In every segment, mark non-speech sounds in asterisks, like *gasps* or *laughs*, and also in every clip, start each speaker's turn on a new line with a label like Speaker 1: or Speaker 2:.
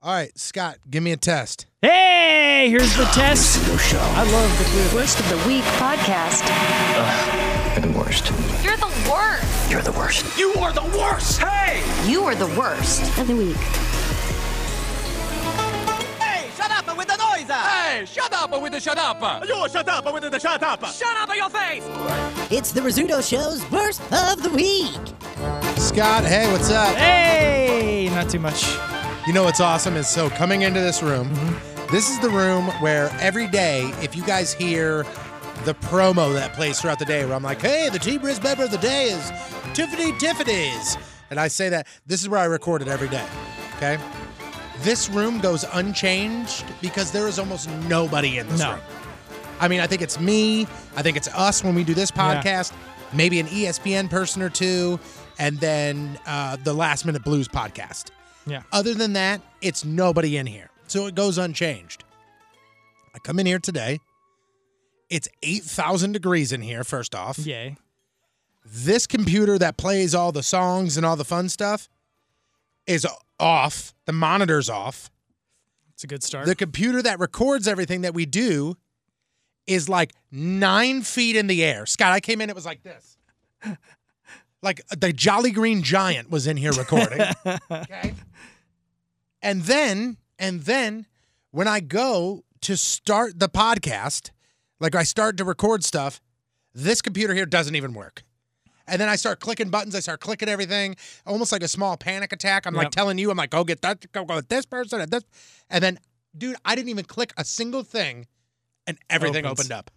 Speaker 1: All right, Scott, give me a test.
Speaker 2: Hey, here's the test. I love the blue.
Speaker 3: Worst of the Week podcast.
Speaker 4: You're the worst.
Speaker 5: You're the worst.
Speaker 4: You're the worst.
Speaker 6: You are the worst. Hey!
Speaker 3: You are the worst of the week.
Speaker 6: Hey, shut up with the noise! Hey, shut up with the shut up! You shut up with the shut up! Shut up your face!
Speaker 7: It's the Rizzuto Show's worst of the week.
Speaker 1: Scott, hey, what's up?
Speaker 2: Hey, not too much.
Speaker 1: You know what's awesome is so coming into this room, this is the room where every day, if you guys hear the promo that plays throughout the day, where I'm like, hey, the T Briz member of the day is Tiffany Tiffany's. And I say that, this is where I record it every day. Okay? This room goes unchanged because there is almost nobody in this
Speaker 2: No.
Speaker 1: room. I mean, I think it's me. I think it's us when we do this
Speaker 2: Yeah.
Speaker 1: podcast, maybe an E ESPN person or two, and then uh, the Last Minute Blues podcast.
Speaker 2: Yeah.
Speaker 1: Other than that, it's nobody in here. So it goes unchanged. I come in here today. It's 8,000 degrees in here, first off.
Speaker 2: Yay.
Speaker 1: This computer that plays all the songs and all the fun stuff is off. The monitor's off.
Speaker 2: It's a good start.
Speaker 1: The *laughs* computer that records everything that we do is like nine feet in the air. Scott, I came in, it was like this. *laughs* Like the Jolly Green Giant was in here recording. okay. And then, and then when I go to start the podcast, like I start to record stuff, this computer here doesn't even work. And then I start clicking buttons. I start clicking everything, almost like a small panic attack. I'm like
Speaker 2: Yep.
Speaker 1: telling you, I'm like, go get that, go go with this person and this. And then, dude, I didn't even click a single thing, and everything
Speaker 2: Opens.
Speaker 1: opened up.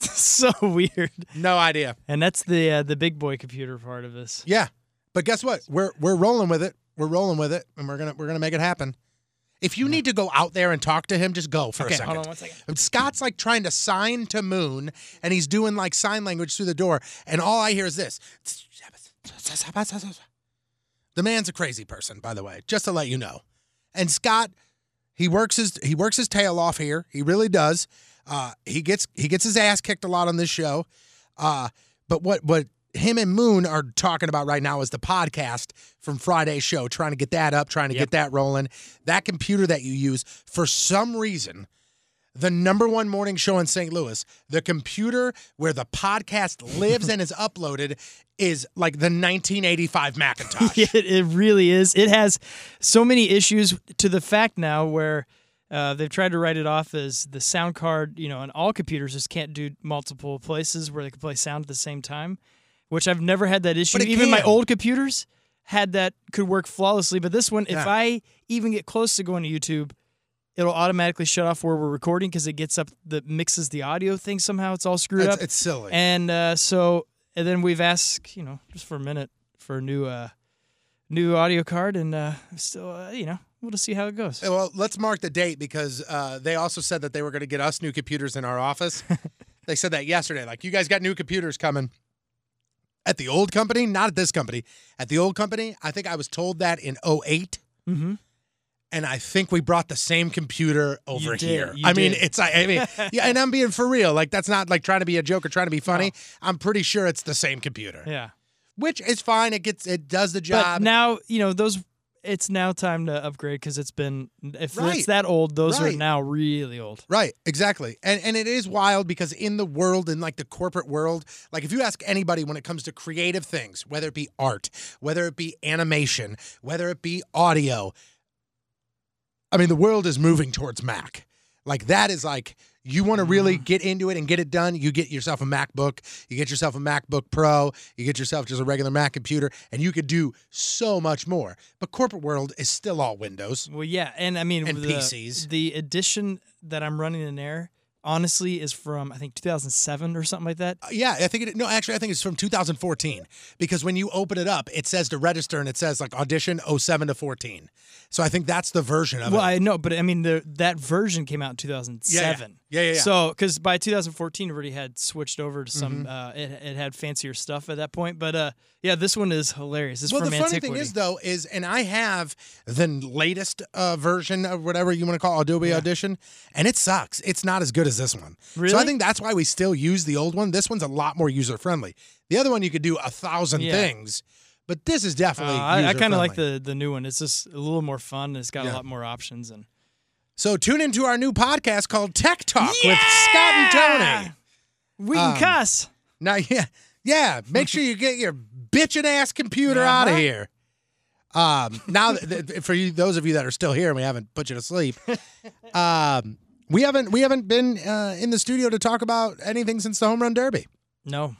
Speaker 2: so weird.
Speaker 1: No idea.
Speaker 2: And that's the uh, the big boy computer part of this.
Speaker 1: Yeah, but guess what? We're we're rolling with it. We're rolling with it, and we're gonna we're gonna make it happen. If you need to go out there and talk to him, just go for a
Speaker 2: Okay,
Speaker 1: second.
Speaker 2: hold on one second.
Speaker 1: And Scott's like trying to sign to Moon, and he's doing like sign language through the door, and all I hear is this. The man's a crazy person, by the way, just to let you know. And Scott, he works his he works his tail off here. He really does. Uh, he gets he gets his ass kicked a lot on this show. Uh, but what what him and Moon are talking about right now is the podcast from Friday's show, trying to get that up, trying to get that rolling. That computer that you use, for some reason, the number one morning show in St. Louis, the computer where the podcast lives and is uploaded is like the 1985
Speaker 2: *laughs*
Speaker 1: Macintosh.
Speaker 2: it, it really is. It has so many issues to the fact now where uh, they've tried to write it off as the sound card, you know, and all computers just can't do multiple places where they can play sound at the same time, which I've never had that issue.
Speaker 1: it
Speaker 2: Even my
Speaker 1: can.
Speaker 2: old computers had that, could work flawlessly. But this one,
Speaker 1: Yeah.
Speaker 2: if I even get close to going to YouTube, it'll automatically shut off where we're recording because it gets up, the mixes the audio thing somehow. It's all screwed
Speaker 1: It's,
Speaker 2: up.
Speaker 1: it's silly.
Speaker 2: And uh, so, and then we've asked, you know, just for a minute for a new, uh, new audio card, and uh, still, uh, you know, we'll just see how it goes.
Speaker 1: Uh, Well, let's mark the date because uh, they also said that they were going to get us new computers in our
Speaker 2: *laughs*
Speaker 1: office. they said that yesterday. Like, you guys got new computers coming. At the old company, not at this company. At the old company, I think I was told that in 08.
Speaker 2: Mm-hmm.
Speaker 1: And I think we brought the same computer over
Speaker 2: did,
Speaker 1: here.
Speaker 2: you
Speaker 1: I mean,
Speaker 2: did.
Speaker 1: it's I, I
Speaker 2: *laughs*
Speaker 1: mean, yeah, and I'm being for real. Like that's not like trying to be a joke or trying to be funny. I'm pretty sure it's the same computer,
Speaker 2: Yeah.
Speaker 1: which is fine. It gets it does the
Speaker 2: But
Speaker 1: job.
Speaker 2: now, you know, those. It's now time to upgrade because it's been if
Speaker 1: Right.
Speaker 2: it's that old, those
Speaker 1: Right.
Speaker 2: are now really old.
Speaker 1: Right, exactly. And and it is wild because in the world in like the corporate world, like if you ask anybody when it comes to creative things, whether it be art, whether it be animation, whether it be audio, I mean the world is moving towards Mac. Like that is like you want to really get into it and get it done, you get yourself a MacBook, you get yourself a MacBook Pro, you get yourself just a regular Mac computer and you could do so much more. But corporate world is still all Windows.
Speaker 2: Well, yeah, and I mean
Speaker 1: And
Speaker 2: the,
Speaker 1: PCs.
Speaker 2: The edition that I'm running in there, honestly, is from I think 2007 or something like that.
Speaker 1: Yeah, I think it. No, actually, I think it's from 2014 because when you open it up, it says to register and it says like audition 07 to 14. So I think that's the version of
Speaker 2: Well,
Speaker 1: it.
Speaker 2: I know, but I mean, the, that version came out in 2007.
Speaker 1: Yeah, yeah, yeah, yeah.
Speaker 2: So, because by 2014, it already had switched over to some,
Speaker 1: Mm-hmm.
Speaker 2: uh, it, it had fancier stuff at that point. But uh, yeah, this one is hilarious. It's
Speaker 1: well, the
Speaker 2: from
Speaker 1: funny
Speaker 2: antiquity.
Speaker 1: thing is though is, and I have the latest uh, version of whatever you want to call Adobe Audition, and it sucks. It's not as good as this one. So I
Speaker 2: Really?
Speaker 1: think that's why we still use the old one. This one's a lot more user friendly. The other one you could do a thousand
Speaker 2: Yeah.
Speaker 1: things, But this is definitely.
Speaker 2: Uh, I, I kind of
Speaker 1: user-friendly.
Speaker 2: like the the new one. It's just a little more fun. And it's got
Speaker 1: Yeah.
Speaker 2: a lot more options and
Speaker 1: So tune into our new podcast called Tech Talk with Scott and Tony.
Speaker 2: we can
Speaker 1: Um,
Speaker 2: cuss.
Speaker 1: Now, *laughs* yeah, yeah. Make sure you get your bitching ass computer out of
Speaker 2: Uh-huh.
Speaker 1: here. Um, now, th- th- for you, those of you that are still here and we haven't put you to sleep, um, we haven't we haven't been uh, in the studio to talk about anything since the home run derby.
Speaker 2: No,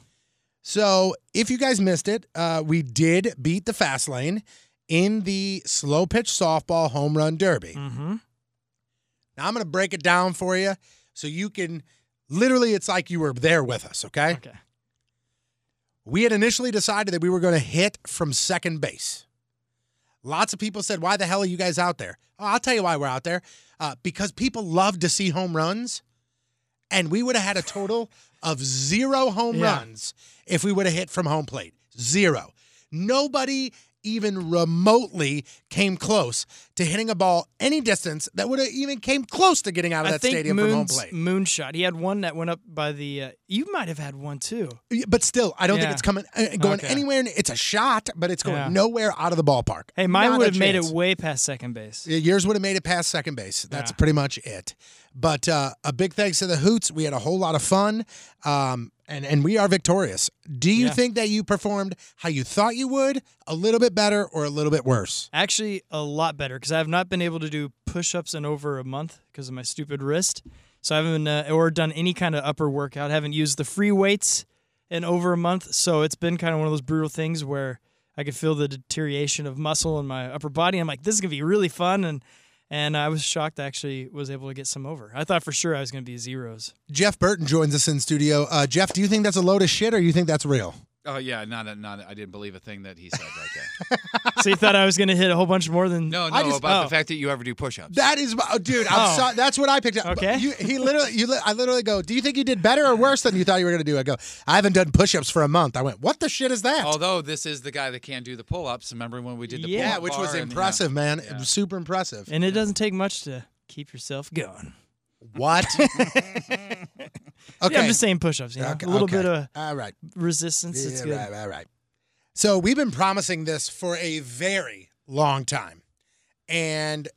Speaker 1: So, if you guys missed it, uh, we did beat the fast lane in the slow pitch softball home run derby.
Speaker 2: mm-hmm.
Speaker 1: Now I'm going to break it down for you so you can literally, it's like you were there with us, okay?
Speaker 2: okay.
Speaker 1: We had initially decided that we were going to hit from second base. Lots of people said, Why the hell are you guys out there? Oh, I'll tell you why we're out there. Uh, because people love to see home runs, and we would have had a total of zero home
Speaker 2: Yeah.
Speaker 1: runs if we would have hit from home plate. Zero. Nobody even remotely came close to hitting a ball any distance that would have even came close to getting out of
Speaker 2: I
Speaker 1: that
Speaker 2: think
Speaker 1: stadium from home
Speaker 2: Moon's
Speaker 1: plate.
Speaker 2: moonshot. He had one that went up by the. Uh, you might have had one too.
Speaker 1: Yeah, But still, I don't think
Speaker 2: Yeah.
Speaker 1: it's coming uh, going
Speaker 2: Okay.
Speaker 1: anywhere. It's a shot, but it's going
Speaker 2: Yeah.
Speaker 1: nowhere out of the ballpark.
Speaker 2: Hey, mine
Speaker 1: Not
Speaker 2: would
Speaker 1: a
Speaker 2: have made it
Speaker 1: chance.
Speaker 2: way past second base.
Speaker 1: Yeah, Yours would have made it past second base. That's
Speaker 2: Yeah.
Speaker 1: pretty much it. But uh, a big thanks to the Hoots. We had a whole lot of fun, um, and and we are victorious. Do you
Speaker 2: Yeah.
Speaker 1: think that you performed how you thought you would? A little bit better or a little bit worse?
Speaker 2: Actually, a lot better because I have not been able to do push-ups in over a month because of my stupid wrist. So I haven't uh, or done any kind of upper workout. haven't used the free weights in over a month. So it's been kind of one of those brutal things where I could feel the deterioration of muscle in my upper body. I'm like, this is gonna be really fun, and and I was shocked I actually was able to get some over. I thought for sure I was gonna be
Speaker 5: *laughs*
Speaker 2: zeros.
Speaker 1: Jeff Burton joins us in studio. Uh, Jeff, do you think that's a load of shit or you think that's real?
Speaker 5: Oh yeah, not a, not. A, I didn't believe a thing that he said right there.
Speaker 1: *laughs*
Speaker 2: so you thought I was gonna hit a whole bunch more than
Speaker 5: No,
Speaker 1: I
Speaker 5: no,
Speaker 1: just-
Speaker 5: about
Speaker 2: oh.
Speaker 5: the fact that you ever do push-ups.
Speaker 1: That is, oh, dude. I'm
Speaker 2: Oh.
Speaker 1: sorry. That's what I picked up. But
Speaker 2: Okay.
Speaker 1: You, he literally, you, li- I literally go. Do you think you did better or worse than you thought you were going to do? I go. I haven't done push-ups for a month. I went. What the shit is that?
Speaker 5: Although this is the guy that can do the pull-ups. Remember when we did the
Speaker 2: Yeah,
Speaker 1: yeah,
Speaker 5: pull-up
Speaker 1: which was
Speaker 5: bar and-
Speaker 1: impressive, man. It
Speaker 5: Yeah.
Speaker 1: was super impressive.
Speaker 2: And it doesn't take much to keep yourself going.
Speaker 1: What?
Speaker 2: *laughs*
Speaker 1: *laughs* okay.
Speaker 2: Yeah, I'm just saying push-ups. You know?
Speaker 1: Okay,
Speaker 2: a little
Speaker 1: okay.
Speaker 2: bit of
Speaker 1: All right.
Speaker 2: resistance. It's
Speaker 1: Yeah,
Speaker 2: good.
Speaker 1: right, right, right. So we've been promising this for a very long time, and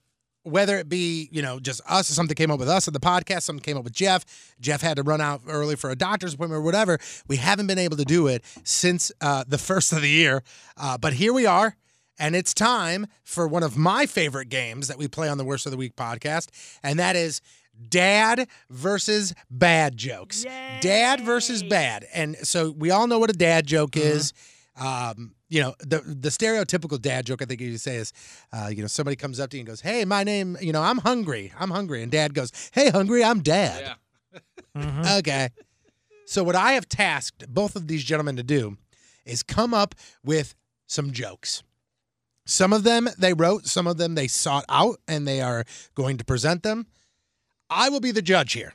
Speaker 1: whether it be you know just us, something came up with us in the podcast, something came up with Jeff. Jeff had to run out early for a doctor's appointment or whatever. We haven't been able to do it since uh, the first of the year, uh, but here we are. And it's time for one of my favorite games that we play on the Worst of the Week podcast, and that is Dad versus Bad Jokes. Dad versus Bad. And so we all know what a dad joke is. Um, you know, the the stereotypical dad joke I think you say is, uh, you know, somebody comes up to you and goes, "Hey, my name, you know, I'm hungry. I'm hungry," and Dad goes, "Hey, hungry, I'm Dad."
Speaker 5: Yeah.
Speaker 2: *laughs* Mm-hmm.
Speaker 1: Okay. So what I have tasked both of these gentlemen to do is come up with some jokes. Some of them they wrote, some of them they sought out, and they are going to present them. I will be the judge here.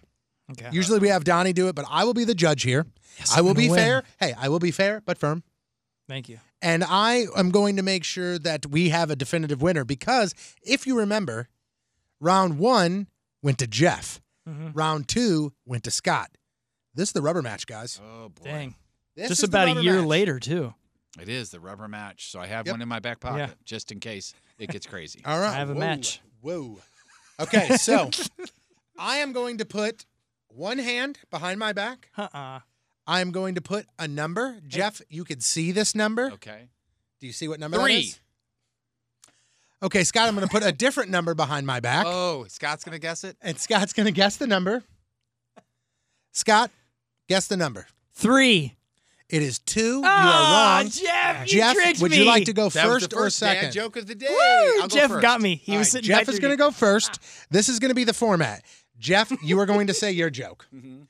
Speaker 2: Okay. Uh,
Speaker 1: Usually we have Donnie do it, but I will be the judge here.
Speaker 2: Yes,
Speaker 1: I
Speaker 2: I'm
Speaker 1: will
Speaker 2: gonna
Speaker 1: be
Speaker 2: win.
Speaker 1: fair. Hey, I will be fair but firm.
Speaker 2: Thank you.
Speaker 1: And I am going to make sure that we have a definitive winner because if you remember, round one went to Jeff,
Speaker 2: Mm-hmm.
Speaker 1: round two went to Scott. This is the rubber match, guys.
Speaker 5: Oh boy,
Speaker 2: Dang.
Speaker 1: This
Speaker 2: Just
Speaker 1: is the
Speaker 2: about
Speaker 1: rubber
Speaker 2: a year
Speaker 1: match.
Speaker 2: later, too.
Speaker 5: it is the rubber match. So I have
Speaker 1: Yep.
Speaker 5: one in my back pocket
Speaker 2: Yeah.
Speaker 5: just in case it
Speaker 1: *laughs*
Speaker 5: gets crazy.
Speaker 1: All right.
Speaker 2: I have a
Speaker 1: Whoa.
Speaker 2: match.
Speaker 1: Whoa. Okay,
Speaker 2: *laughs*
Speaker 1: so I am going to put one hand behind my back.
Speaker 2: Uh-uh.
Speaker 1: I am going to put a number. Jeff, you could see this number.
Speaker 5: Okay.
Speaker 1: Do you see what number that
Speaker 5: Three.
Speaker 1: is? Okay, Scott, I'm going to put a different number behind my back.
Speaker 5: Oh, Scott's gonna guess it.
Speaker 1: And Scott's going to guess the number. Scott, guess the number.
Speaker 2: Three.
Speaker 1: It is two.
Speaker 2: Ah,
Speaker 1: you are wrong. Uh,
Speaker 2: Jeff, you
Speaker 1: Jeff
Speaker 2: tricked
Speaker 1: would you like
Speaker 2: me.
Speaker 1: to go
Speaker 5: That was
Speaker 1: first,
Speaker 5: the
Speaker 1: or
Speaker 5: first dad
Speaker 1: second?
Speaker 5: joke of the day.
Speaker 2: Woo!
Speaker 5: I'll go
Speaker 2: Jeff
Speaker 5: first.
Speaker 2: got me. He
Speaker 5: All
Speaker 2: was
Speaker 5: right,
Speaker 2: sitting
Speaker 1: Jeff
Speaker 2: back
Speaker 1: is
Speaker 2: there
Speaker 1: going to go first. This is going to be the format. Jeff, you are going to say your
Speaker 5: *laughs*
Speaker 1: joke.
Speaker 5: Mm-hmm.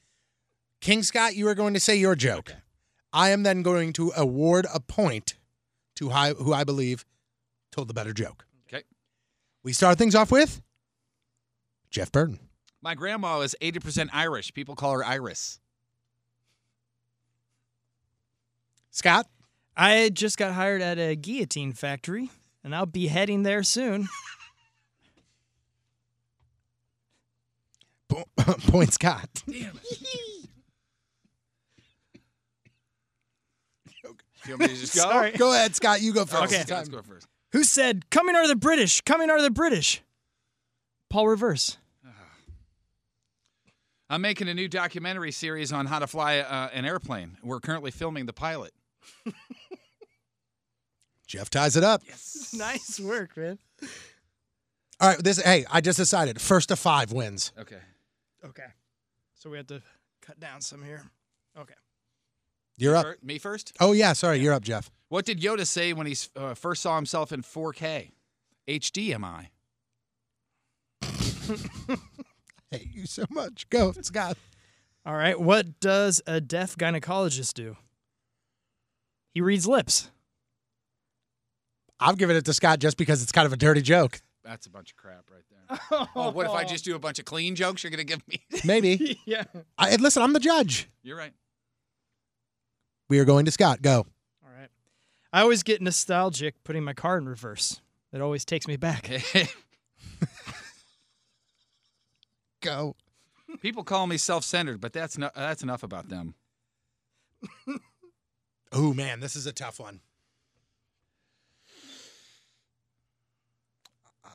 Speaker 1: King Scott, you are going to say your joke. I am then going to award a point to hi- who I believe told the better joke.
Speaker 5: Okay.
Speaker 1: We start things off with Jeff Burton.
Speaker 5: My grandma is eighty percent Irish. People call her
Speaker 1: *laughs*
Speaker 5: Iris.
Speaker 1: Scott,
Speaker 2: I just got hired at a guillotine factory, and I'll be heading
Speaker 1: *laughs*
Speaker 2: there soon.
Speaker 1: po- *laughs* point Scott. *laughs*
Speaker 5: You want me to just go?
Speaker 2: Sorry.
Speaker 1: Go ahead, Scott. You go first.
Speaker 2: Okay.
Speaker 1: It's
Speaker 5: Yeah, let's
Speaker 1: time.
Speaker 5: go first.
Speaker 2: Who said, coming are the British, coming are the British?
Speaker 1: *laughs*
Speaker 2: Paul Reverse.
Speaker 5: I'm making a new documentary series on how to fly uh, an airplane. We're currently filming the pilot.
Speaker 1: Jeff ties it up.
Speaker 2: Nice work, man.
Speaker 1: All right. This. Hey, I just decided. First to five wins.
Speaker 5: Okay.
Speaker 2: Okay. So we have to cut down some here. Okay.
Speaker 1: You're up.
Speaker 5: Fir- me first.
Speaker 1: Oh yeah. Sorry. You're up, Jeff.
Speaker 5: What did Yoda say when he s- uh, first saw himself in 4K? HDMI.
Speaker 1: Hate you so much. Go, Scott.
Speaker 2: All right. What does a deaf gynecologist do? He
Speaker 1: *laughs*
Speaker 2: reads lips.
Speaker 1: I'm giving it to Scott just because it's kind of a dirty joke.
Speaker 5: That's a bunch of crap right there.
Speaker 1: *laughs*
Speaker 5: oh, what if I just do a bunch of clean jokes you're going to give me? *laughs*
Speaker 1: *laughs* Maybe.
Speaker 2: yeah.
Speaker 1: I, and listen, I'm the judge.
Speaker 5: You're right.
Speaker 1: We are going to Scott. Go.
Speaker 2: All right. I always get nostalgic putting my car in reverse. It always takes me back.
Speaker 1: Go.
Speaker 5: *laughs* People call me self-centered, but that's no- that's enough about them.
Speaker 1: Oh man, this is a tough one.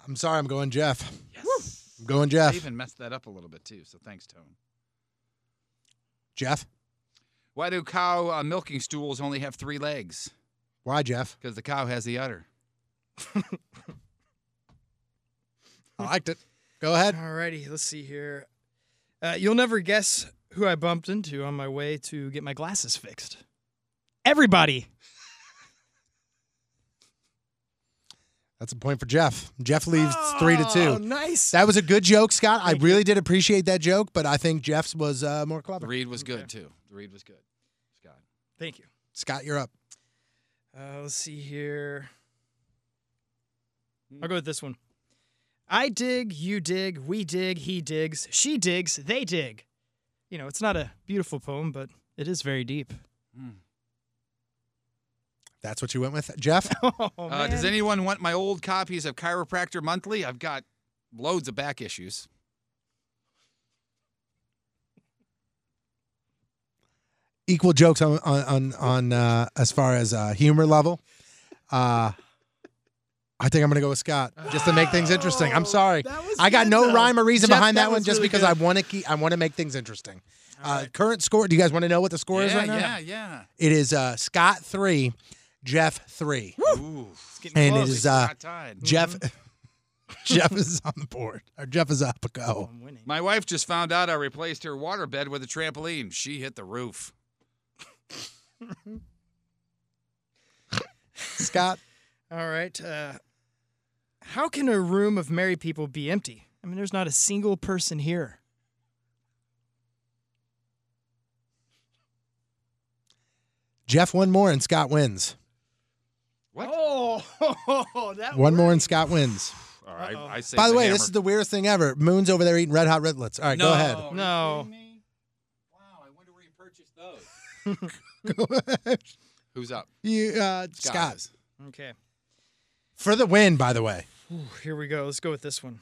Speaker 1: I'm sorry. I'm going Jeff.
Speaker 5: Yes.
Speaker 1: I'm going
Speaker 5: I
Speaker 1: Jeff.
Speaker 5: even messed that up a little bit too. So thanks, Tone.
Speaker 1: Jeff.
Speaker 5: Why do cow uh, milking stools only have three legs?
Speaker 1: Why Jeff?
Speaker 5: Because the cow has the udder.
Speaker 1: *laughs* I liked it. Go ahead.
Speaker 2: Alrighty, let's see here. Uh, you'll never guess who I bumped into on my way to get my glasses fixed. Everybody.
Speaker 1: That's a point for Jeff. Jeff leaves three to two.
Speaker 2: Oh, nice.
Speaker 1: That was a good joke, Scott. I really did appreciate that joke, but I think Jeff's was uh, more
Speaker 5: The
Speaker 1: clever.
Speaker 5: read was good too. The read was good. Scott.
Speaker 2: Thank you.
Speaker 1: Scott, you're up.
Speaker 2: Uh, let's see here. I'll go with this one. I dig, you dig, we dig, he digs, she digs, they dig. You know, it's not a beautiful poem, but it is very deep. *laughs*
Speaker 1: That's what you went with, Jeff. *laughs*
Speaker 2: Oh,
Speaker 5: uh, does anyone want my old copies of Chiropractor Monthly? I've got loads of back issues.
Speaker 1: Equal jokes on on on, on uh, as far as uh, humor level. Uh, I think I'm gonna go with Scott just to make things interesting. I'm sorry, I got no rhyme or reason
Speaker 2: Jeff,
Speaker 1: behind
Speaker 2: that
Speaker 1: that, one,
Speaker 2: was
Speaker 1: just
Speaker 2: really
Speaker 1: because
Speaker 2: good.
Speaker 1: I want to keep I want to make things interesting. Uh, current score. Do you guys want to know what the score is
Speaker 5: yeah,
Speaker 1: right now?
Speaker 5: yeah, yeah.
Speaker 1: It is uh, Scott three, Jeff three.
Speaker 5: Ooh.
Speaker 1: and
Speaker 2: close.
Speaker 1: it is uh,
Speaker 5: Scott tied.
Speaker 1: Jeff. *laughs* Jeff is on the board. Or Jeff is up. Go.
Speaker 2: I'm winning.
Speaker 5: My wife just found out I replaced her waterbed with a trampoline. She hit the roof.
Speaker 1: Scott.
Speaker 2: All right. Uh, how can a room of married people be empty? I mean, there's not a single person here.
Speaker 1: Jeff one more and Scott wins.
Speaker 5: What?
Speaker 2: Oh, *laughs* that
Speaker 1: One more and Scott wins.
Speaker 5: All right. I say
Speaker 1: By the way, this is the weirdest thing ever. Moon's over there eating red hot ritlets. All right, go ahead.
Speaker 2: No.
Speaker 5: Wow, I wonder where you purchased
Speaker 1: *laughs*
Speaker 5: those. Who's up?
Speaker 1: You, uh, Scott.
Speaker 5: Scott.
Speaker 2: Okay.
Speaker 1: For the win, by the way.
Speaker 2: Ooh, here we go. Let's go with this one.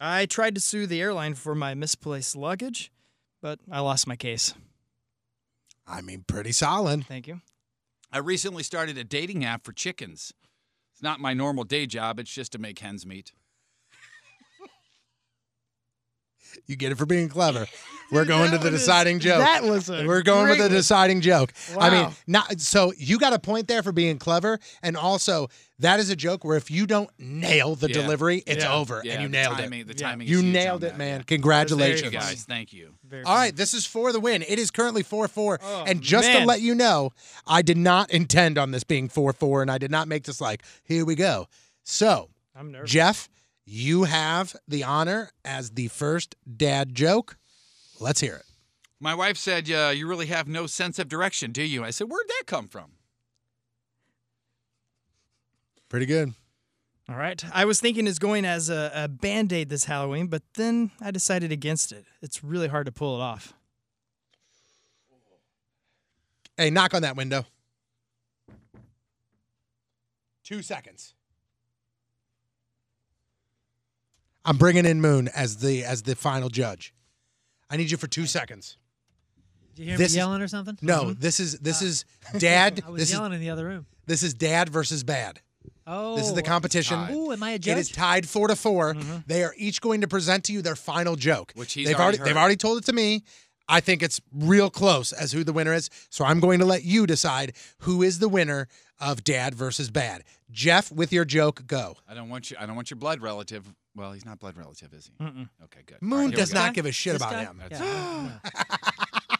Speaker 2: I tried to sue the airline for my misplaced luggage, but I lost my case.
Speaker 1: I mean, pretty solid.
Speaker 2: Thank you.
Speaker 5: I recently started a dating app for chickens. It's not my normal day job, it's just to make hens meet.
Speaker 1: You get it for being clever.
Speaker 2: *laughs*
Speaker 1: We're going to the
Speaker 2: was-
Speaker 1: deciding joke.
Speaker 2: that was a
Speaker 1: We're going with
Speaker 2: great
Speaker 1: the
Speaker 2: one.
Speaker 1: deciding joke. I mean,
Speaker 2: Wow.
Speaker 1: not so you got a point there for being clever, and also that is a joke where if you don't nail the
Speaker 5: Yeah.
Speaker 1: delivery, it's
Speaker 2: Yeah.
Speaker 1: over,
Speaker 5: Yeah,
Speaker 1: and you
Speaker 5: the
Speaker 1: nailed
Speaker 5: timing,
Speaker 1: it.
Speaker 5: The
Speaker 2: Yeah.
Speaker 5: timing is
Speaker 1: You
Speaker 5: huge on
Speaker 1: nailed it,
Speaker 5: that,
Speaker 1: man.
Speaker 5: yeah. Thank you
Speaker 1: Congratulations.
Speaker 5: guys. Thank you.
Speaker 2: Very
Speaker 1: All
Speaker 2: funny.
Speaker 1: right, this is for the win. It is currently 4 4. and just to
Speaker 2: man.
Speaker 1: let you know, I did not intend on this being 4 4, and I did not make this like, here we go. So,
Speaker 2: I'm nervous.
Speaker 1: Jeff, you have the honor as the first dad joke. Let's hear it.
Speaker 5: My wife said, uh, You really have no sense of direction, do you? I said, Where'd that come from?
Speaker 1: Pretty good.
Speaker 2: All right. I was thinking it's going as a, a band aid this Halloween, but then I decided against it. It's really hard to pull it off.
Speaker 1: Hey, knock on that window. Two seconds. I'm bringing in Moon as the as the final judge. I need you for two seconds.
Speaker 8: Did you hear
Speaker 1: This is-
Speaker 8: me yelling or something? Mm-hmm.
Speaker 1: No, this is this is dad.
Speaker 8: Uh, *laughs* I was
Speaker 1: this is
Speaker 8: yelling in the other room.
Speaker 1: this is dad versus bad.
Speaker 8: Oh,
Speaker 1: This is the competition.
Speaker 8: Ooh, am I a
Speaker 1: It
Speaker 8: judge? Mm-hmm.
Speaker 1: is tied four to 4 They are each going to present to you their final joke,
Speaker 5: Which he's
Speaker 1: they've
Speaker 5: already
Speaker 1: they've
Speaker 5: heard.
Speaker 1: already told it to me. I think it's real close as who the winner is. So I'm going to let you decide who is the winner of Dad versus Bad. Jeff, with your joke, go.
Speaker 5: I don't want you. I don't want your blood relative. Well, he's not blood relative, is he? Okay, good. All right,
Speaker 1: Moon
Speaker 5: here we
Speaker 1: does
Speaker 5: go.
Speaker 1: not give a shit
Speaker 8: This
Speaker 1: about
Speaker 8: guy?
Speaker 1: him.
Speaker 8: *gasps*
Speaker 5: That's
Speaker 8: Yeah.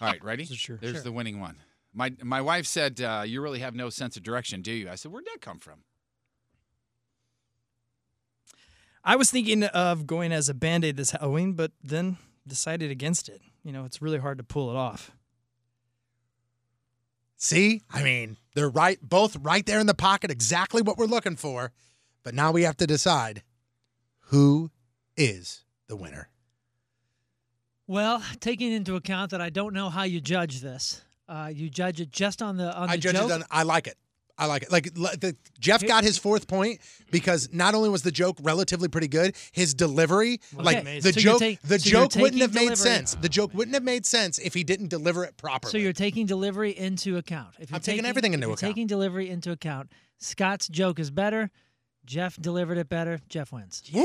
Speaker 5: All right, ready?
Speaker 8: Sure.
Speaker 5: There's
Speaker 8: Sure.
Speaker 5: the winning one. My my wife said, uh, "You really have no sense of direction, do you?" I said, "Where'd that come from?"
Speaker 2: I was thinking of going as a band aid this Halloween, but then decided against it. You know, it's really hard to pull it off.
Speaker 1: See, I mean, they're right, both right there in the pocket, exactly what we're looking for. But now we have to decide who is the winner.
Speaker 8: Well, taking into account that I don't know how you judge this, uh, you judge it just on the on the
Speaker 1: I judge
Speaker 8: joke.
Speaker 1: it on. I like it. I like it. Like l- the, Jeff got his fourth point because not only was the joke relatively pretty good, his delivery, like
Speaker 8: amazing.
Speaker 1: the
Speaker 8: So you're
Speaker 1: joke,
Speaker 8: ta-
Speaker 1: the
Speaker 8: so you're
Speaker 1: joke wouldn't
Speaker 8: taking
Speaker 1: have made
Speaker 8: delivery-
Speaker 1: sense. The joke wouldn't have made sense if he didn't deliver it properly.
Speaker 8: So you're taking delivery into account. If you're
Speaker 1: I'm taking everything into
Speaker 8: if you're
Speaker 1: account.
Speaker 8: Taking delivery into account. Scott's joke is better. Jeff delivered it better. Jeff wins.
Speaker 1: Woo!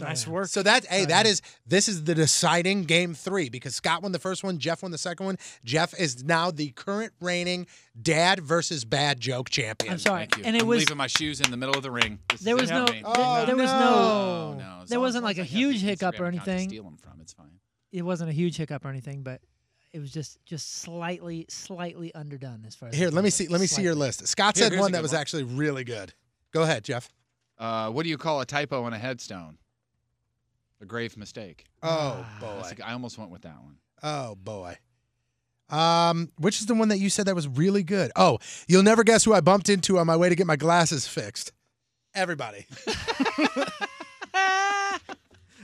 Speaker 2: Nice work.
Speaker 1: So that hey,
Speaker 5: Uh-huh.
Speaker 1: that is this is the deciding game three because Scott won the first one, Jeff won the second one. Jeff is now the current reigning dad versus bad joke champion.
Speaker 8: I'm sorry.
Speaker 5: Thank you.
Speaker 8: And it
Speaker 5: I'm
Speaker 8: was
Speaker 5: leaving my shoes in the middle of the ring. This is
Speaker 8: there
Speaker 5: it
Speaker 8: was
Speaker 5: for
Speaker 8: no
Speaker 5: me.
Speaker 8: there, there was no,
Speaker 5: Oh, no. As
Speaker 8: there
Speaker 5: long-
Speaker 8: wasn't
Speaker 5: as
Speaker 8: like
Speaker 5: long as I
Speaker 8: a
Speaker 5: have
Speaker 8: huge
Speaker 5: the
Speaker 8: hiccup or
Speaker 5: Instagram account to
Speaker 8: anything.
Speaker 5: Steal them from. It's fine.
Speaker 8: It wasn't a huge hiccup or anything, but it was just just slightly slightly underdone as far as
Speaker 1: Here,
Speaker 8: I'm
Speaker 1: let me see.
Speaker 8: concerned.
Speaker 1: Let me see your
Speaker 8: Slightly.
Speaker 1: list. Scott
Speaker 5: Here-
Speaker 1: said
Speaker 5: here's a
Speaker 1: one that
Speaker 5: good
Speaker 1: was
Speaker 5: one.
Speaker 1: actually really good. Go ahead, Jeff.
Speaker 5: Uh, what do you call a typo on a headstone? A grave mistake.
Speaker 1: Oh
Speaker 5: Ah, That's
Speaker 1: boy.
Speaker 5: a g- I almost went with that one.
Speaker 1: Oh boy. Um, which is the one that you said that was really good? Oh, you'll never guess who I bumped into on my way to get my glasses fixed. Everybody.
Speaker 8: *laughs*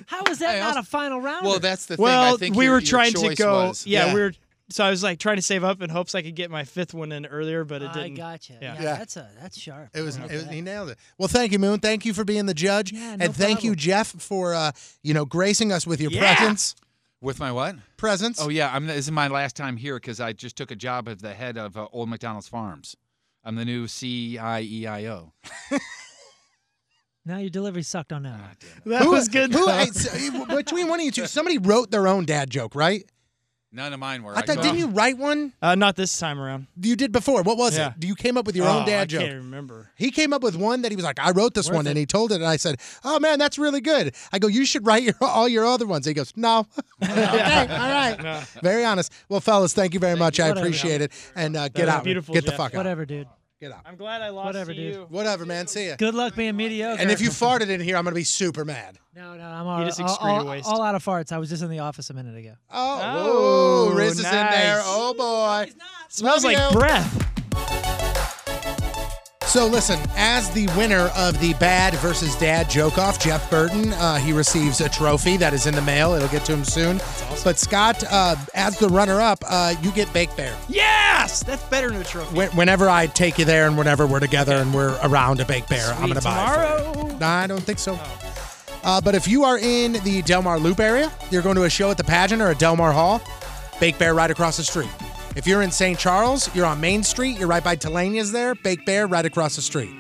Speaker 8: How is that
Speaker 5: I
Speaker 8: not
Speaker 5: also-
Speaker 8: a final round?
Speaker 5: Well, that's the thing.
Speaker 2: well,
Speaker 5: I think
Speaker 2: we
Speaker 5: your-
Speaker 2: were
Speaker 5: your
Speaker 2: trying to
Speaker 5: choice
Speaker 2: go.
Speaker 5: was-
Speaker 2: Yeah,
Speaker 1: Yeah.
Speaker 2: we were. So I was like trying to save up in hopes I could get my fifth one in earlier, but it
Speaker 8: I
Speaker 2: didn't.
Speaker 8: gotcha.
Speaker 2: Yeah.
Speaker 8: Yeah.
Speaker 1: Yeah.
Speaker 8: that's a that's sharp.
Speaker 1: It was,
Speaker 8: Wow.
Speaker 1: it was he nailed it. Well, thank you, Moon. Thank you for being the judge,
Speaker 8: Yeah, no
Speaker 1: and thank you,
Speaker 8: problem.
Speaker 1: Jeff, for uh, you know gracing us with your
Speaker 2: Yeah.
Speaker 1: presence.
Speaker 5: With my what?
Speaker 1: Presence.
Speaker 5: Oh yeah, I'm. This is my last time here because I just took a job as the head of uh, Old McDonald's Farms. I'm the new E CIEIO.
Speaker 8: Now your delivery sucked on that.
Speaker 5: Ah,
Speaker 2: *laughs*
Speaker 8: one.
Speaker 2: That was good.
Speaker 1: Who,
Speaker 2: though.
Speaker 1: I, so, between one of you two, somebody wrote their own dad joke, right?
Speaker 5: None of mine were.
Speaker 1: I thought,
Speaker 5: couldn't-
Speaker 1: didn't you write one?
Speaker 2: uh, not this time around.
Speaker 1: You did before. What was
Speaker 2: Yeah.
Speaker 1: it? You came up with your
Speaker 2: Oh,
Speaker 1: own dad
Speaker 2: I
Speaker 1: joke.
Speaker 2: can't remember.
Speaker 1: He came up with one that he was like, I wrote this one, and he told it, and I said, Oh man, that's really good. I go, You should write your, all your other ones. He goes, No. *laughs*
Speaker 2: *laughs*
Speaker 1: okay, all right. Very honest. Well, fellas, thank you very much. I
Speaker 8: Whatever.
Speaker 1: appreciate it. And uh, get
Speaker 2: was
Speaker 1: out.
Speaker 2: beautiful,
Speaker 1: get the
Speaker 2: Jeff.
Speaker 1: fuck out.
Speaker 8: Whatever, dude.
Speaker 1: Get out.
Speaker 2: I'm glad I lost
Speaker 8: Whatever,
Speaker 2: to
Speaker 8: dude.
Speaker 2: you.
Speaker 1: Whatever, man. See ya.
Speaker 8: Good luck being mediocre.
Speaker 1: And if you farted in here, I'm gonna be super mad.
Speaker 8: no, no, I'm all,
Speaker 2: just
Speaker 8: all,
Speaker 2: excreted
Speaker 8: all-
Speaker 2: waste.
Speaker 8: all out of farts. I was just in the office a minute ago.
Speaker 1: Oh,
Speaker 2: Oh,
Speaker 1: whoa, Riz is in there.
Speaker 2: nice.
Speaker 1: Oh boy.
Speaker 2: Smells
Speaker 1: Love
Speaker 2: like
Speaker 1: you.
Speaker 2: breath.
Speaker 1: So listen, as the winner of the Bad versus Dad joke off, Jeff Burton, uh, he receives a trophy that is in the mail. It'll get to him soon. But Scott, uh, as the runner up, uh, you get Bake Bear.
Speaker 2: Yes, that's better than a trophy.
Speaker 1: Wh- whenever I take you there and whenever we're together and we're around a Bake Bear, I'm gonna
Speaker 2: Sweet.
Speaker 1: buy it for you.
Speaker 2: tomorrow. Oh.
Speaker 1: No, I don't think so. Uh, but if you are in the Delmar Loop area, you're going to a show at the pageant or at Delmar Hall, Bake Bear right across the street. If you're in St. Charles, you're on Main Street, you're right by Telania's there, Bake Bear right across the street.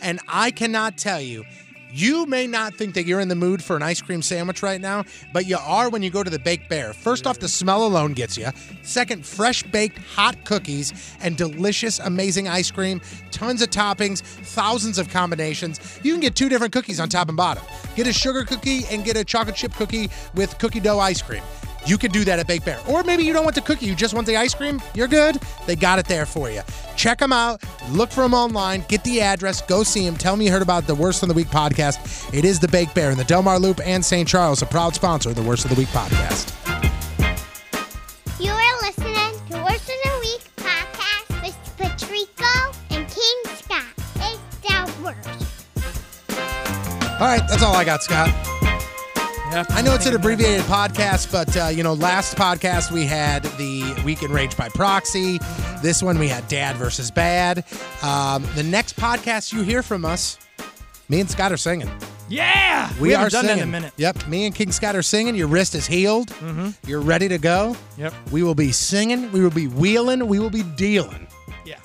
Speaker 1: And I cannot tell you, you may not think that you're in the mood for an ice cream sandwich right now, but you are when you go to the Baked Bear. First off, the smell alone gets you. Second, fresh baked hot cookies and delicious, amazing ice cream. Tons of toppings, thousands of combinations. You can get two different cookies on top and bottom. Get a sugar cookie and get a chocolate chip cookie with cookie dough ice cream. You can do that at Bake Bear. Or maybe you don't want the cookie, you just want the ice cream. You're good. They got it there for you. Check them out. Look for them online. Get the address. Go see them. Tell me you heard about the Worst of the Week podcast. It is the Bake Bear in the Delmar Loop and St. Charles, a proud sponsor of the Worst of the Week podcast.
Speaker 9: You are listening to Words of the Week podcast with Patrico and King Scott. It's the worst.
Speaker 1: All right, that's all I got, Scott.
Speaker 2: Yeah.
Speaker 1: I know it's an abbreviated podcast, but uh, you know, last podcast we had the Week in Rage by Proxy. This one we had Dad versus Bad. Um, the next podcast you hear from us, me and Scott are singing.
Speaker 2: Yeah.
Speaker 1: We, are
Speaker 2: haven't done
Speaker 1: singing.
Speaker 2: that in a minute.
Speaker 1: Yep. Me and King Scott are singing. Your wrist is healed. Mm-hmm. You're ready to go.
Speaker 2: Yep.
Speaker 1: We will be singing. We will be wheeling. We will be dealing.
Speaker 2: Yeah.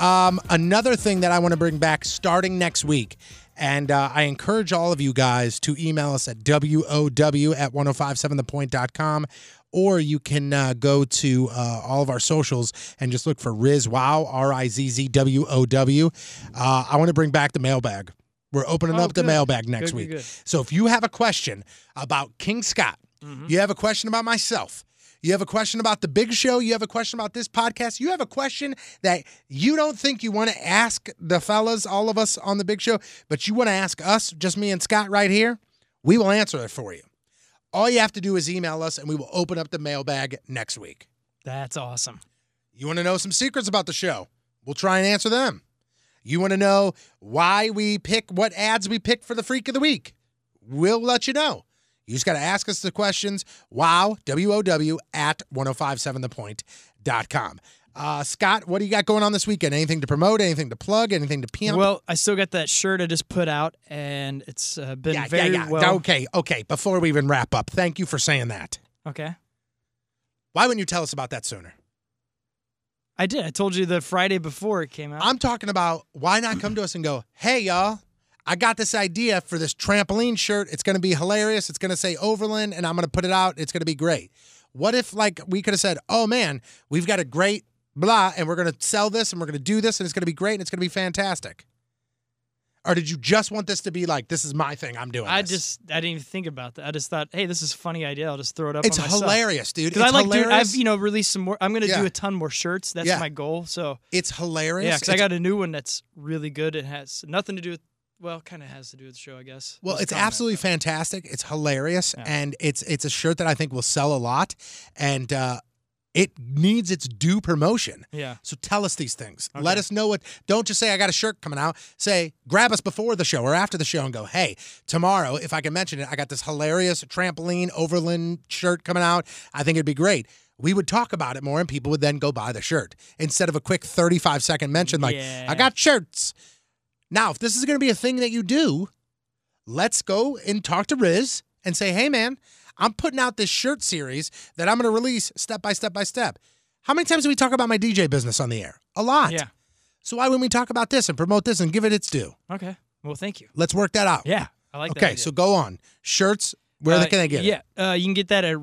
Speaker 1: Um, another thing that I want to bring back starting next week, and uh, I encourage all of you guys to email us at wow at 1057thepoint.com, or you can uh, go to uh, all of our socials and just look for Riz Wow, R I Z Z W O W. Uh, I want to bring back the mailbag. We're opening
Speaker 2: Oh,
Speaker 1: up the
Speaker 2: good.
Speaker 1: mailbag next
Speaker 2: Good,
Speaker 1: week.
Speaker 2: good, good.
Speaker 1: So if you have a question about King Scott, you have a question about myself, you have a question about the big show, you have a question about this podcast, you have a question that you don't think you want to ask the fellas, all of us on the big show, but you want to ask us, just me and Scott right here, we will answer it for you. All you have to do is email us and we will open up the mailbag next week.
Speaker 2: That's awesome.
Speaker 1: You want to know some secrets about the show? We'll try and answer them. You want to know why we pick what ads we pick for the freak of the week? We'll let you know. You just got to ask us the questions. Wow, W O W at 1057thepoint.com. Uh, Scott, what do you got going on this weekend? Anything to promote? Anything to plug? Anything to pimp?
Speaker 2: Well, I still got that shirt I just put out, and it's uh, been
Speaker 1: yeah, yeah,
Speaker 2: very
Speaker 1: yeah.
Speaker 2: well.
Speaker 1: Okay, okay. Before we even wrap up, thank you for saying that.
Speaker 2: Okay.
Speaker 1: Why wouldn't you tell us about that sooner?
Speaker 2: I did. I told you the Friday before it came out.
Speaker 1: I'm talking about why not come to us and go, hey, y'all, I got this idea for this trampoline shirt. It's going to be hilarious. It's going to say Overland, and I'm going to put it out. It's going to be great. What if, like, we could have said, oh, man, we've got a great blah, and we're going to sell this, and we're going to do this, and it's going to be great, and it's going to be fantastic? Or did you just want this to be like, this is my thing? I'm doing
Speaker 2: I
Speaker 1: this"?
Speaker 2: just I didn't even think about that. I just thought, hey, this is a funny idea. I'll just throw it up.
Speaker 1: It's
Speaker 2: on myself.
Speaker 1: hilarious, dude. It's
Speaker 2: Because I like doing.
Speaker 1: hilarious.
Speaker 2: I've you know released some more. I'm gonna
Speaker 1: Yeah.
Speaker 2: do a ton more shirts. That's
Speaker 1: Yeah.
Speaker 2: my goal. So
Speaker 1: it's hilarious.
Speaker 2: yeah, because I
Speaker 1: It's-
Speaker 2: got a new one that's really good. It has nothing to do with. Well, kind of has to do with the show, I guess.
Speaker 1: Well,
Speaker 2: Just
Speaker 1: it's
Speaker 2: comment,
Speaker 1: absolutely
Speaker 2: but-
Speaker 1: fantastic. It's hilarious,
Speaker 2: Yeah.
Speaker 1: and it's it's a shirt that I think will sell a lot, and uh, it needs its due promotion.
Speaker 2: Yeah.
Speaker 1: So tell us these things. Let
Speaker 2: Okay.
Speaker 1: us know what. Don't just say I got a shirt coming out. Say grab us before the show or after the show and go, hey, tomorrow if I can mention it, I got this hilarious trampoline Overland shirt coming out. I think it'd be great. We would talk about it more, and people would then go buy the shirt instead of a quick thirty-five second mention like I
Speaker 2: Yeah.
Speaker 1: got shirts. Now, if this is going to be a thing that you do, let's go and talk to Riz and say, hey, man, I'm putting out this shirt series that I'm going to release step by step by step. How many times do we talk about my DJ business on the air? A lot.
Speaker 2: Yeah.
Speaker 1: So why wouldn't we talk about this and promote this and give it its due?
Speaker 2: Okay. Well, thank you.
Speaker 1: Let's work that out.
Speaker 2: Yeah, I like that.
Speaker 1: okay,
Speaker 2: idea.
Speaker 1: so go on. Shirts, where
Speaker 2: Uh,
Speaker 1: can I get it?
Speaker 2: yeah, uh, you can get that at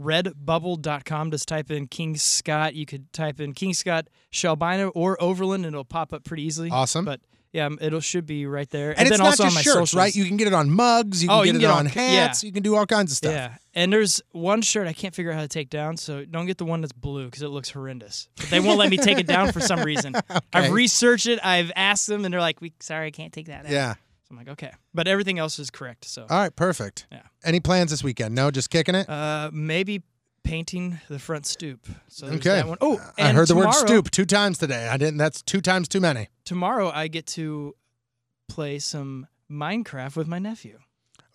Speaker 2: redbubble.com. Just type in King Scott. You could type in King Scott Shalbino or Overland, and it'll pop up pretty easily.
Speaker 1: Awesome.
Speaker 2: But yeah, um, it'll should be right there.
Speaker 1: And, it's
Speaker 2: then
Speaker 1: not
Speaker 2: also
Speaker 1: just
Speaker 2: on my
Speaker 1: shirts,
Speaker 2: socials.
Speaker 1: right? You can get it on mugs. You can
Speaker 2: Oh,
Speaker 1: get
Speaker 2: you
Speaker 1: it
Speaker 2: can get
Speaker 1: on
Speaker 2: all-
Speaker 1: hats.
Speaker 2: yeah.
Speaker 1: You can do all kinds of stuff.
Speaker 2: Yeah, and there's one shirt I can't figure out how to take down, so don't get the one that's blue because it looks horrendous. But they won't let me take it down for some
Speaker 1: *laughs*
Speaker 2: reason.
Speaker 1: Okay.
Speaker 2: I've researched it, I've asked them, and they're like, "We sorry, I can't take that." Down.
Speaker 1: Yeah. Oh.
Speaker 2: so I'm like, okay, but everything else is correct. So
Speaker 1: All right, perfect.
Speaker 2: Yeah.
Speaker 1: Any plans this weekend? No, just kicking it?
Speaker 2: uh, maybe painting the front stoop. So there's
Speaker 1: Okay.
Speaker 2: that one. Oh, and
Speaker 1: I heard the word
Speaker 2: tomorrow-
Speaker 1: stoop two times today. I didn't. That's two times too many.
Speaker 2: Tomorrow I get to play some Minecraft with my nephew.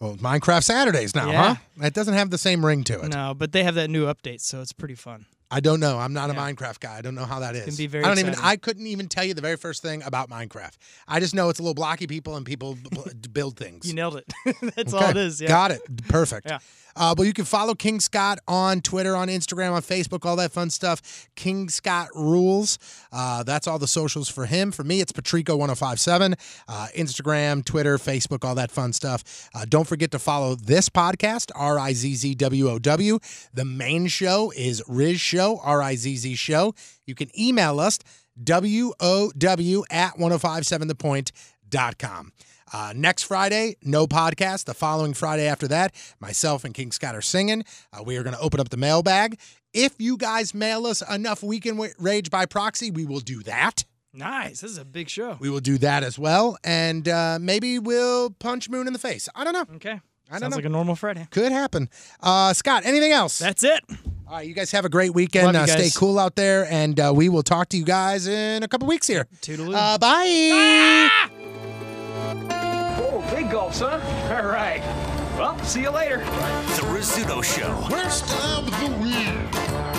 Speaker 1: Well, Minecraft Saturdays now,
Speaker 2: Yeah.
Speaker 1: huh? That doesn't have the same ring to it.
Speaker 2: No, but they have that new update, so it's pretty fun.
Speaker 1: I don't know. I'm not a
Speaker 2: Yeah.
Speaker 1: Minecraft guy. I don't know how that is.
Speaker 2: can be very
Speaker 1: I don't even.
Speaker 2: exciting.
Speaker 1: I couldn't even tell you the very first thing about Minecraft. I just know it's a little blocky people and people b- b- *laughs* build things.
Speaker 2: You nailed it. *laughs* That's all it
Speaker 1: Okay.
Speaker 2: is. Yeah.
Speaker 1: Got it. Perfect.
Speaker 2: Yeah.
Speaker 1: Uh, well, you can follow King Scott on Twitter, on Instagram, on Facebook, all that fun stuff. King Scott Rules. Uh, that's all the socials for him. For me, it's Patrico1057. Uh, Instagram, Twitter, Facebook, all that fun stuff. Uh, don't forget to follow this podcast, R I Z Z W O W. The main show is Riz Show, R I Z Z Show. You can email us, W O W at 1057thepoint.com. Uh, next Friday, no podcast. The following Friday after that, myself and King Scott are singing. Uh, we are going to open up the mailbag. If you guys mail us enough Weekend Wa- Rage by proxy, we will do that.
Speaker 2: Nice. This is a big show.
Speaker 1: We will do that as well. And uh, maybe we'll punch Moon in the face. I don't know. I
Speaker 2: Okay.
Speaker 1: don't
Speaker 2: Mm, Sounds
Speaker 1: know.
Speaker 2: like a normal Friday.
Speaker 1: Could happen. Uh, Scott, anything else?
Speaker 2: That's it.
Speaker 1: All right, you guys have a great weekend.
Speaker 2: Love you
Speaker 1: Uh, stay
Speaker 2: guys.
Speaker 1: cool out there. And uh, we will talk to you guys in a couple weeks here.
Speaker 2: Toodaloo.
Speaker 1: Uh, bye.
Speaker 6: Oh, big gulps, huh? All right. Well, see you later.
Speaker 10: The Rizzuto Show.
Speaker 6: Worst of the week.